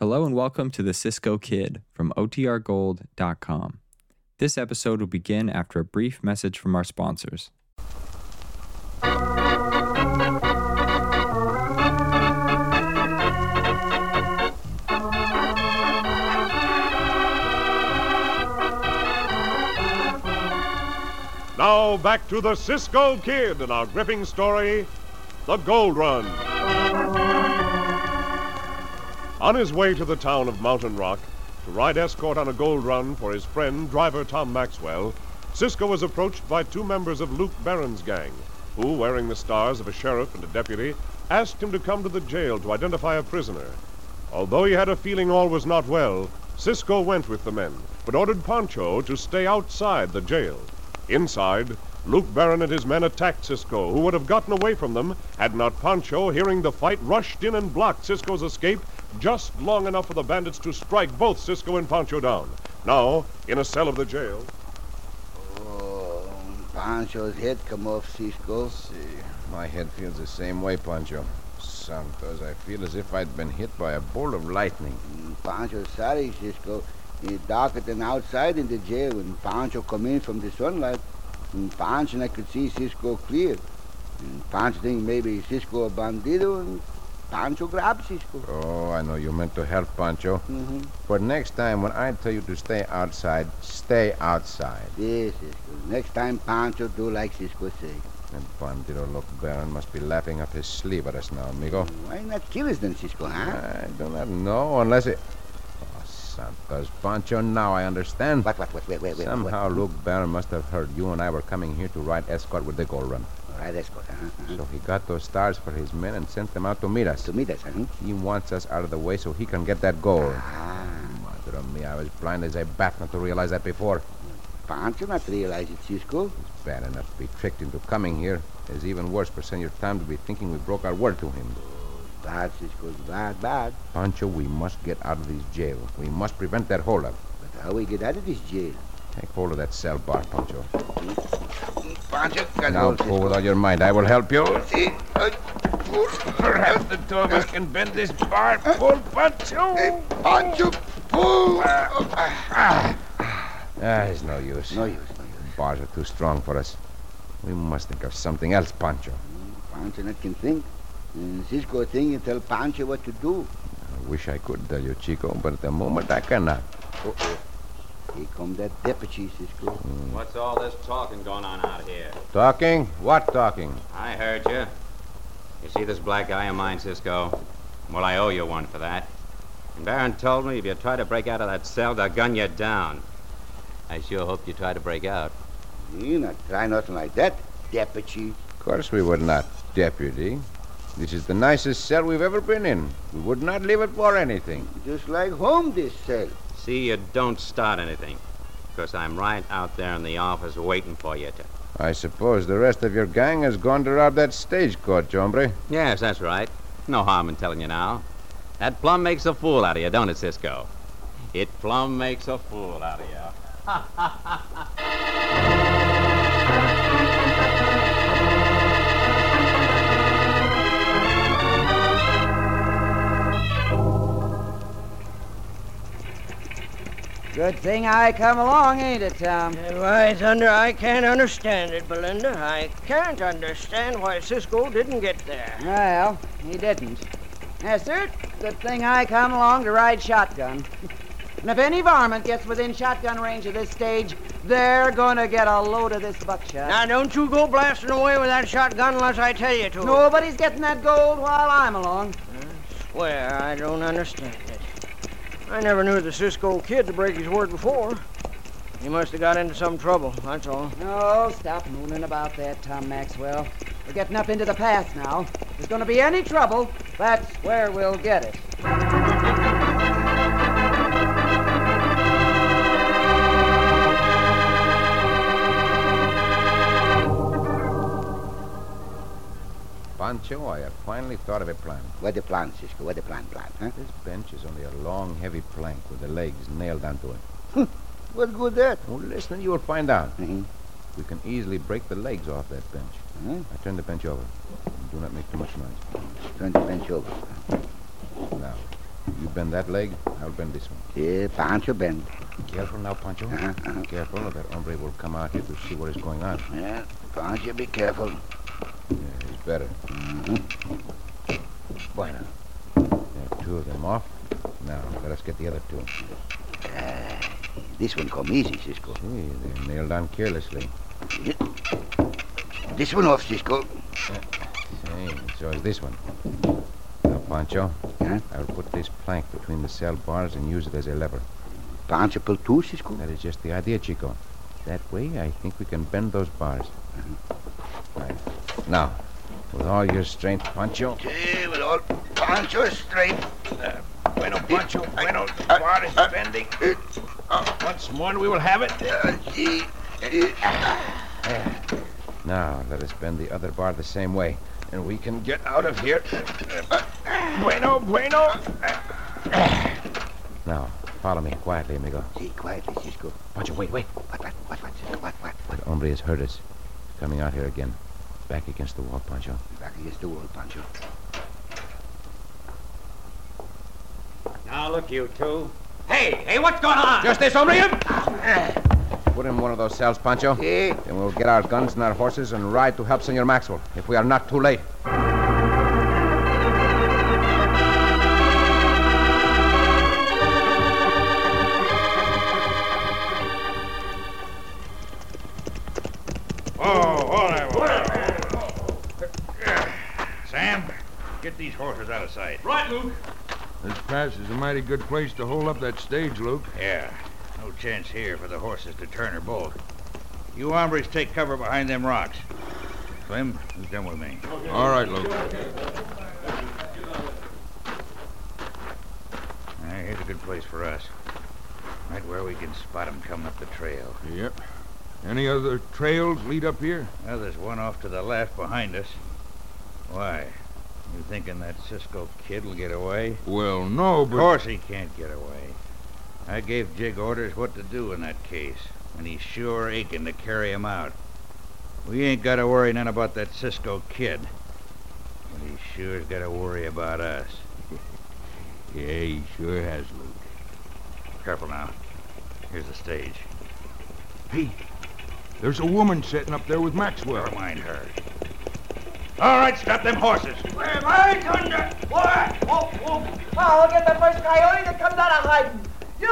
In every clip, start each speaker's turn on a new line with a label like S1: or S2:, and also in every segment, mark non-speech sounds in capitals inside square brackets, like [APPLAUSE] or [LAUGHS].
S1: Hello and welcome to the Cisco Kid from OTRGold.com. This episode will begin after a brief message from our sponsors.
S2: Now back to the Cisco Kid and our gripping story, The Gold Run. On his way to the town of Mountain Rock to ride escort on a gold run for his friend, driver Tom Maxwell, Cisco was approached by two members of Luke Barron's gang, who, wearing the stars of a sheriff and a deputy, asked him to come to the jail to identify a prisoner. Although he had a feeling all was not well, Cisco went with the men, but ordered Pancho to stay outside the jail. Inside, Luke Barron and his men attacked Cisco, who would have gotten away from them had not Pancho, hearing the fight, rushed in and blocked Cisco's escape just long enough for the bandits to strike both Cisco and Pancho down. Now, in a cell of the jail,
S3: Oh, Pancho's head come off, Cisco.
S4: See, my head feels the same way, Pancho. Sometimes I feel as if I'd been hit by a bolt of lightning.
S3: Mm, Pancho's sorry, Cisco. It's darker than outside in the jail when Pancho come in from the sunlight. And Pancho and I could see Cisco clear. And Pancho think maybe Cisco a bandido and Pancho grabbed Cisco.
S4: Oh, I know you meant to help, Pancho.
S3: Mm-hmm.
S4: But next time when I tell you to stay outside, stay outside.
S3: Yes, Cisco. Next time Pancho do like Cisco say.
S4: And Bandito Look Baron must be laughing up his sleeve at us now, amigo.
S3: Why not kill us then, Cisco, huh?
S4: I do not know unless it. Oh, Santos, Pancho, now I understand.
S3: What, what, what, wait, wait, wait.
S4: Somehow Luke Baron must have heard you and I were coming here to ride escort with the gold run.
S3: What? All right, Ah, Esco, huh? huh?
S4: So he got those stars for his men and sent them out to meet us.
S3: To meet us, huh?
S4: He wants us out of the way so he can get that gold.
S3: Ah,
S4: Mother of me, I was blind as a bat not to realize that before.
S3: Pancho not realize it, Cisco.
S4: Bad enough to be tricked into coming here. It's even worse for Senor Tom to be thinking we broke our word to him.
S3: Bad, Cisco's bad, bad.
S4: Pancho, we must get out of this jail. We must prevent that holdup.
S3: But how we get out of this jail?
S4: Take hold of that cell bar, Pancho.
S3: Pancho,
S4: Now pull with all your might. I will help you.
S3: See, uh,
S4: Perhaps the two of us can bend this bar. Pull, Pancho.
S3: Pancho, pull.
S4: Ah, it's no use.
S3: No use, no use.
S4: Bars are too strong for us. We must think of something else, Pancho.
S3: Pancho not can think. And Cisco think and tell Pancho what to do.
S4: I wish I could tell you, Chico, but at the moment I cannot.
S3: Uh-oh. Here come that deputy, Cisco.
S5: What's all this talking going on out here?
S4: Talking? What talking?
S5: I heard you. You see this black eye of mine, Cisco? Well, I owe you one for that. And Baron told me if you try to break out of that cell, they'll gun you down. I sure hope you try to break out.
S3: You not try nothing like that, deputy.
S4: Of course we would not, deputy. This is the nicest cell we've ever been in. We would not leave it for anything.
S3: Just like home, this cell.
S5: See, you don't start anything. Because I'm right out there in the office waiting for you to.
S4: I suppose the rest of your gang has gone to rob that stagecoach, hombre.
S5: Yes, that's right. No harm in telling you now. That plum makes a fool out of you, don't it, Cisco? It plum makes a fool out of you.
S6: Good thing I come along, ain't it, Tom?
S7: Why, thunder, I can't understand it, Belinda. I can't understand why Cisco didn't get there.
S6: Well, he didn't. Yes, sir. Good thing I come along to ride shotgun. [LAUGHS] And if any varmint gets within shotgun range of this stage, they're gonna get a load of this buckshot.
S7: Now, don't you go blasting away with that shotgun unless I tell you to.
S6: Nobody's getting that gold while I'm along.
S7: Swear, I don't understand it. I never knew the Cisco kid to break his word before. He must have got into some trouble, that's all.
S6: Oh, stop mooning about that, Tom Maxwell. We're getting up into the pass now. If there's gonna be any trouble, that's where we'll get it.
S4: Pancho, I have finally thought of a plan.
S3: What the plan, Cisco? What the plan, plan, huh?
S4: This bench is only a long, heavy plank with the legs nailed onto it.
S3: What good that?
S4: Oh, listen, you will find out.
S3: Mm-hmm.
S4: We can easily break the legs off that bench.
S3: Huh?
S4: I turn the bench over. Do not make too much noise.
S3: Turn the bench over.
S4: Now, You bend that leg, I'll bend this one.
S3: Yeah, Pancho bend.
S4: Careful now, Pancho.
S3: Uh-huh, uh-huh.
S4: Careful, or that hombre will come out here to see what is going on.
S3: Yeah, Pancho, be careful.
S4: Yeah, he's better. Bueno. There are two of them off. Now, let us get the other two.
S3: This one come easy, Cisco.
S4: Gee, they're nailed on carelessly.
S3: This one off, Cisco.
S4: Hey, and so is this one. Now, Pancho,
S3: Huh?
S4: I'll put this plank between the cell bars and use it as a lever.
S3: Pancho pull two, Cisco.
S4: That is just the idea, Chico. That way, I think we can bend those bars. Right. Now, with all your strength, Pancho.
S3: Yeah, with all Pancho straight. Eh,
S4: Bueno, Pancho. Bueno, the
S3: bar is
S4: bending.
S3: eh, ah.
S4: Once more, and we will have it.
S3: Uh, see, uh,
S4: Ah. Now, let us bend the other bar the same way, and we can get out of here. Bueno, bueno. Now, follow me quietly, amigo.
S3: see, quietly, Cisco.
S4: Pancho, wait, wait.
S3: What, what, what, what, Cisco, what, what?
S4: That hombre has heard us. He's coming out here again. Back against the wall, Pancho.
S3: Back against the wall, Pancho.
S5: Now look, you two. Hey, hey, what's going on? Just this, hombre.
S4: Put him in one of those cells, Pancho.
S3: Yeah,
S4: Then we'll get our guns and our horses and ride to help Senor Maxwell, if we are not too late.
S8: Oh, all right, all right. Sam, get these horses out of sight.
S5: Right, Luke.
S9: This pass is a mighty good place to hold up that stage, Luke.
S8: Yeah, no chance here for the horses to turn or bolt. You hombres take cover behind them rocks. Slim, you come with me.
S9: All right, Luke.
S8: Now, here's a good place for us. Right where we can spot 'em coming up the trail.
S9: Yep. Any other trails lead up here?
S8: Now, there's one off to the left behind us. Why? You thinking that Cisco kid will get away?
S9: Well, no,
S8: Of
S9: but.
S8: course he can't get away. I gave Jig orders what to do in that case, and he's sure aching to carry him out. We ain't got to worry none about that Cisco kid, but he sure's got to worry about us. [LAUGHS]
S9: Yeah, he sure has, Luke.
S8: Careful now. Here's the stage.
S9: There's a woman sitting up there with
S8: Never
S9: Maxwell.
S8: mind her. All right, stop them horses.
S6: Whoa, whoa. Well, I'll get the first coyote that comes out of hiding. You!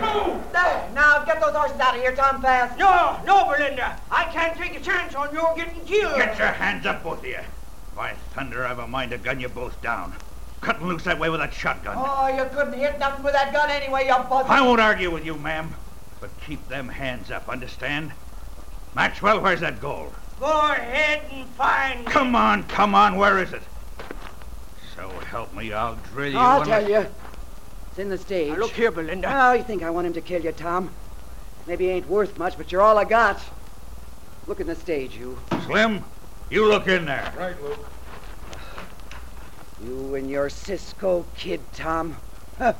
S6: Move! There, now get those horses out of here, Tom Fast.
S7: No, no, Belinda. I can't take a chance on your getting killed.
S8: Get your hands up, both of you. By thunder, I've a mind to gun you both down. Cut 'em loose that way with that shotgun.
S6: Oh, you couldn't hit nothing with that gun anyway, you bugger.
S8: I won't argue with you, ma'am. But keep them hands up, understand? Maxwell, where's that gold?
S7: Go ahead and find.
S8: Come on, come on, where is it? So help me, I'll drill you.
S6: I'll
S8: unless-
S6: tell you. It's in the stage.
S7: Now, look here, Belinda.
S6: Oh, you think I want him to kill you, Tom? Maybe he ain't worth much, but you're all I got. Look in the stage, you.
S8: Slim, you look in there.
S9: Right, Luke.
S6: You and your Cisco kid, Tom.
S9: Yep.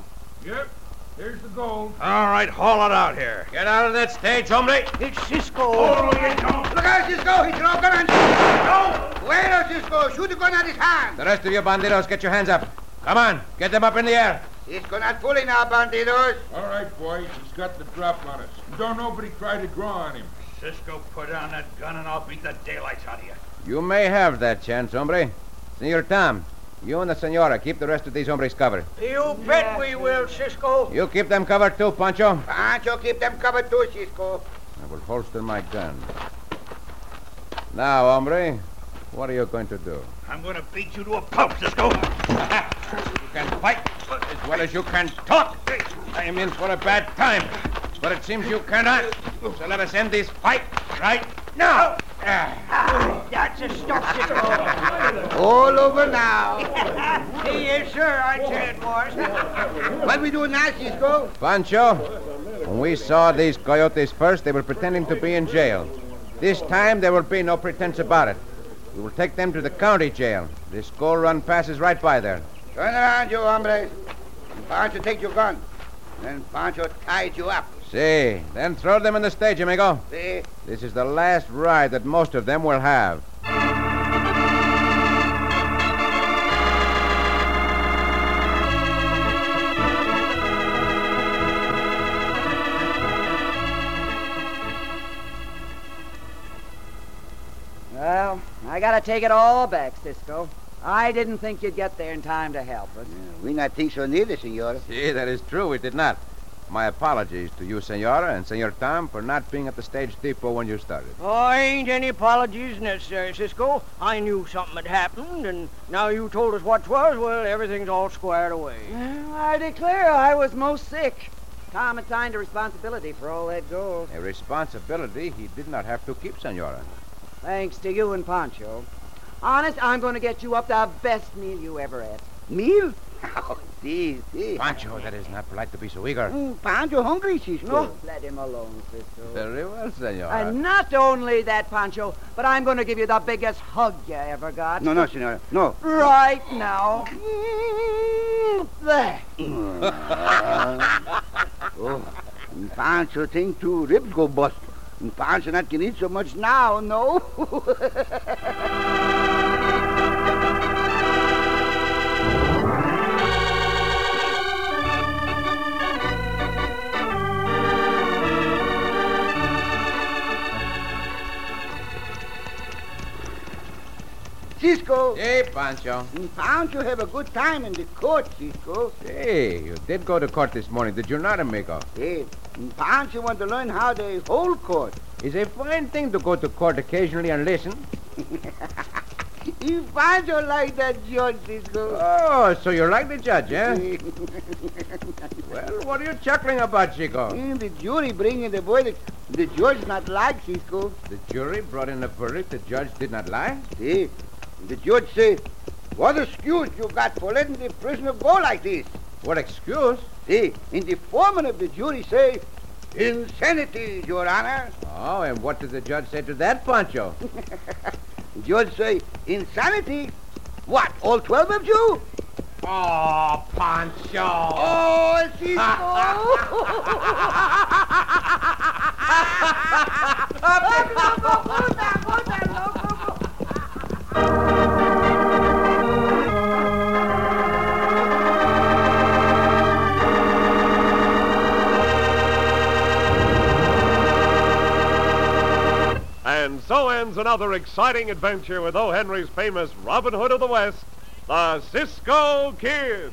S9: Here's the gold.
S8: All right, haul it out here.
S5: Get out of that stage, hombre.
S7: It's Cisco.
S8: Oh, you don't.
S3: Look out, Cisco! He's no gun on Cisco! Bueno, Cisco! Shoot the gun at his hand!
S4: The rest of you bandidos, get your hands up. Come on, get them up in the air.
S3: Cisco not pulling now, bandidos.
S9: All right, boys. He's got the drop on us. Don't nobody try to draw on him.
S8: Cisco, put down that gun and I'll beat the daylights out of you.
S4: You may have that chance, hombre. Senor Tom, you and the senora keep the rest of these hombres covered.
S7: You bet we will, Cisco.
S4: You keep them covered too, Pancho.
S3: Pancho, keep them covered too, Cisco.
S4: I will holster my gun. Now, hombre, what are you going to do?
S8: I'm going to beat you to a pulp,
S4: [LAUGHS]
S8: Cisco. you can fight as well as you can talk.
S4: I am in for a bad time, but it seems you cannot. So let us end this fight.
S8: Right now. Ah,
S7: That's a stop, Cisco.
S3: All over now.
S7: yes, sir, I tell it was.
S3: What we do now, Cisco?
S4: Pancho, when we saw these coyotes first, they were pretending to be in jail. This time, there will be no pretense about it. We will take them to the county jail. This gold run passes right by there.
S3: Turn around, you hombres. Pancho, take your gun. Then Pancho tied you up.
S4: See, then throw them on the stage, amigo.
S3: See?
S4: This is the last ride that most of them will have.
S6: I gotta take it all back, Cisco. I didn't think you'd get there in time to help us.
S3: We not think so neither, senora.
S4: See, that is true. We did not. My apologies to you, Senora, and Senor Tom for not being at the stage depot when you started.
S7: Oh, ain't any apologies necessary, Cisco. I knew something had happened, and now you told us what 'twas. Well, everything's all squared away.
S6: Well, I declare I was most sick. Tom assigned a responsibility for all that gold.
S4: A responsibility he did not have to keep, Senora.
S6: Thanks to you and Pancho. Honest, I'm going to get you up the best meal you ever ate.
S4: [LAUGHS]
S3: Meal? Oh, see, see.
S4: Pancho, that is not polite to be so eager.
S3: Mm, Pancho hungry, Cisco.
S6: No, let him alone, Cisco.
S4: Very well, Senora.
S6: And not only that, Pancho, but I'm going to give you the biggest hug you ever got.
S3: No, no, senora. No.
S6: Right now. Mm, There.
S3: Oh, and Pancho think two ribs go bust. And Pancho not can eat so much now, no. Cisco,
S4: Hey, Pancho.
S3: and Pancho have a good time in the court, Cisco.
S4: Hey, you did go to court this morning, did you not, amigo?
S3: Hey, and Pancho want to learn how they hold court.
S4: It's a fine thing to go to court occasionally and listen.
S3: He Pancho like that judge, Cisco.
S4: Oh, so you like the judge, eh? Well, what are you chuckling about, Chico?
S3: In the jury bringing the verdict, the judge not like Cisco.
S4: The jury brought in a verdict the judge did not lie?
S3: See, the judge say, what excuse you got for letting the prisoner go like this?
S4: What excuse?
S3: See, in the foreman of the jury say, insanity, Your Honor.
S4: Oh, and what did the judge say to that, Pancho?
S3: [LAUGHS] Judge say, insanity? What, all 12 of you?
S4: Oh, Pancho!
S3: Oh, Cisco.
S2: And so ends another exciting adventure with O. Henry's famous Robin Hood of the West, the Cisco Kid.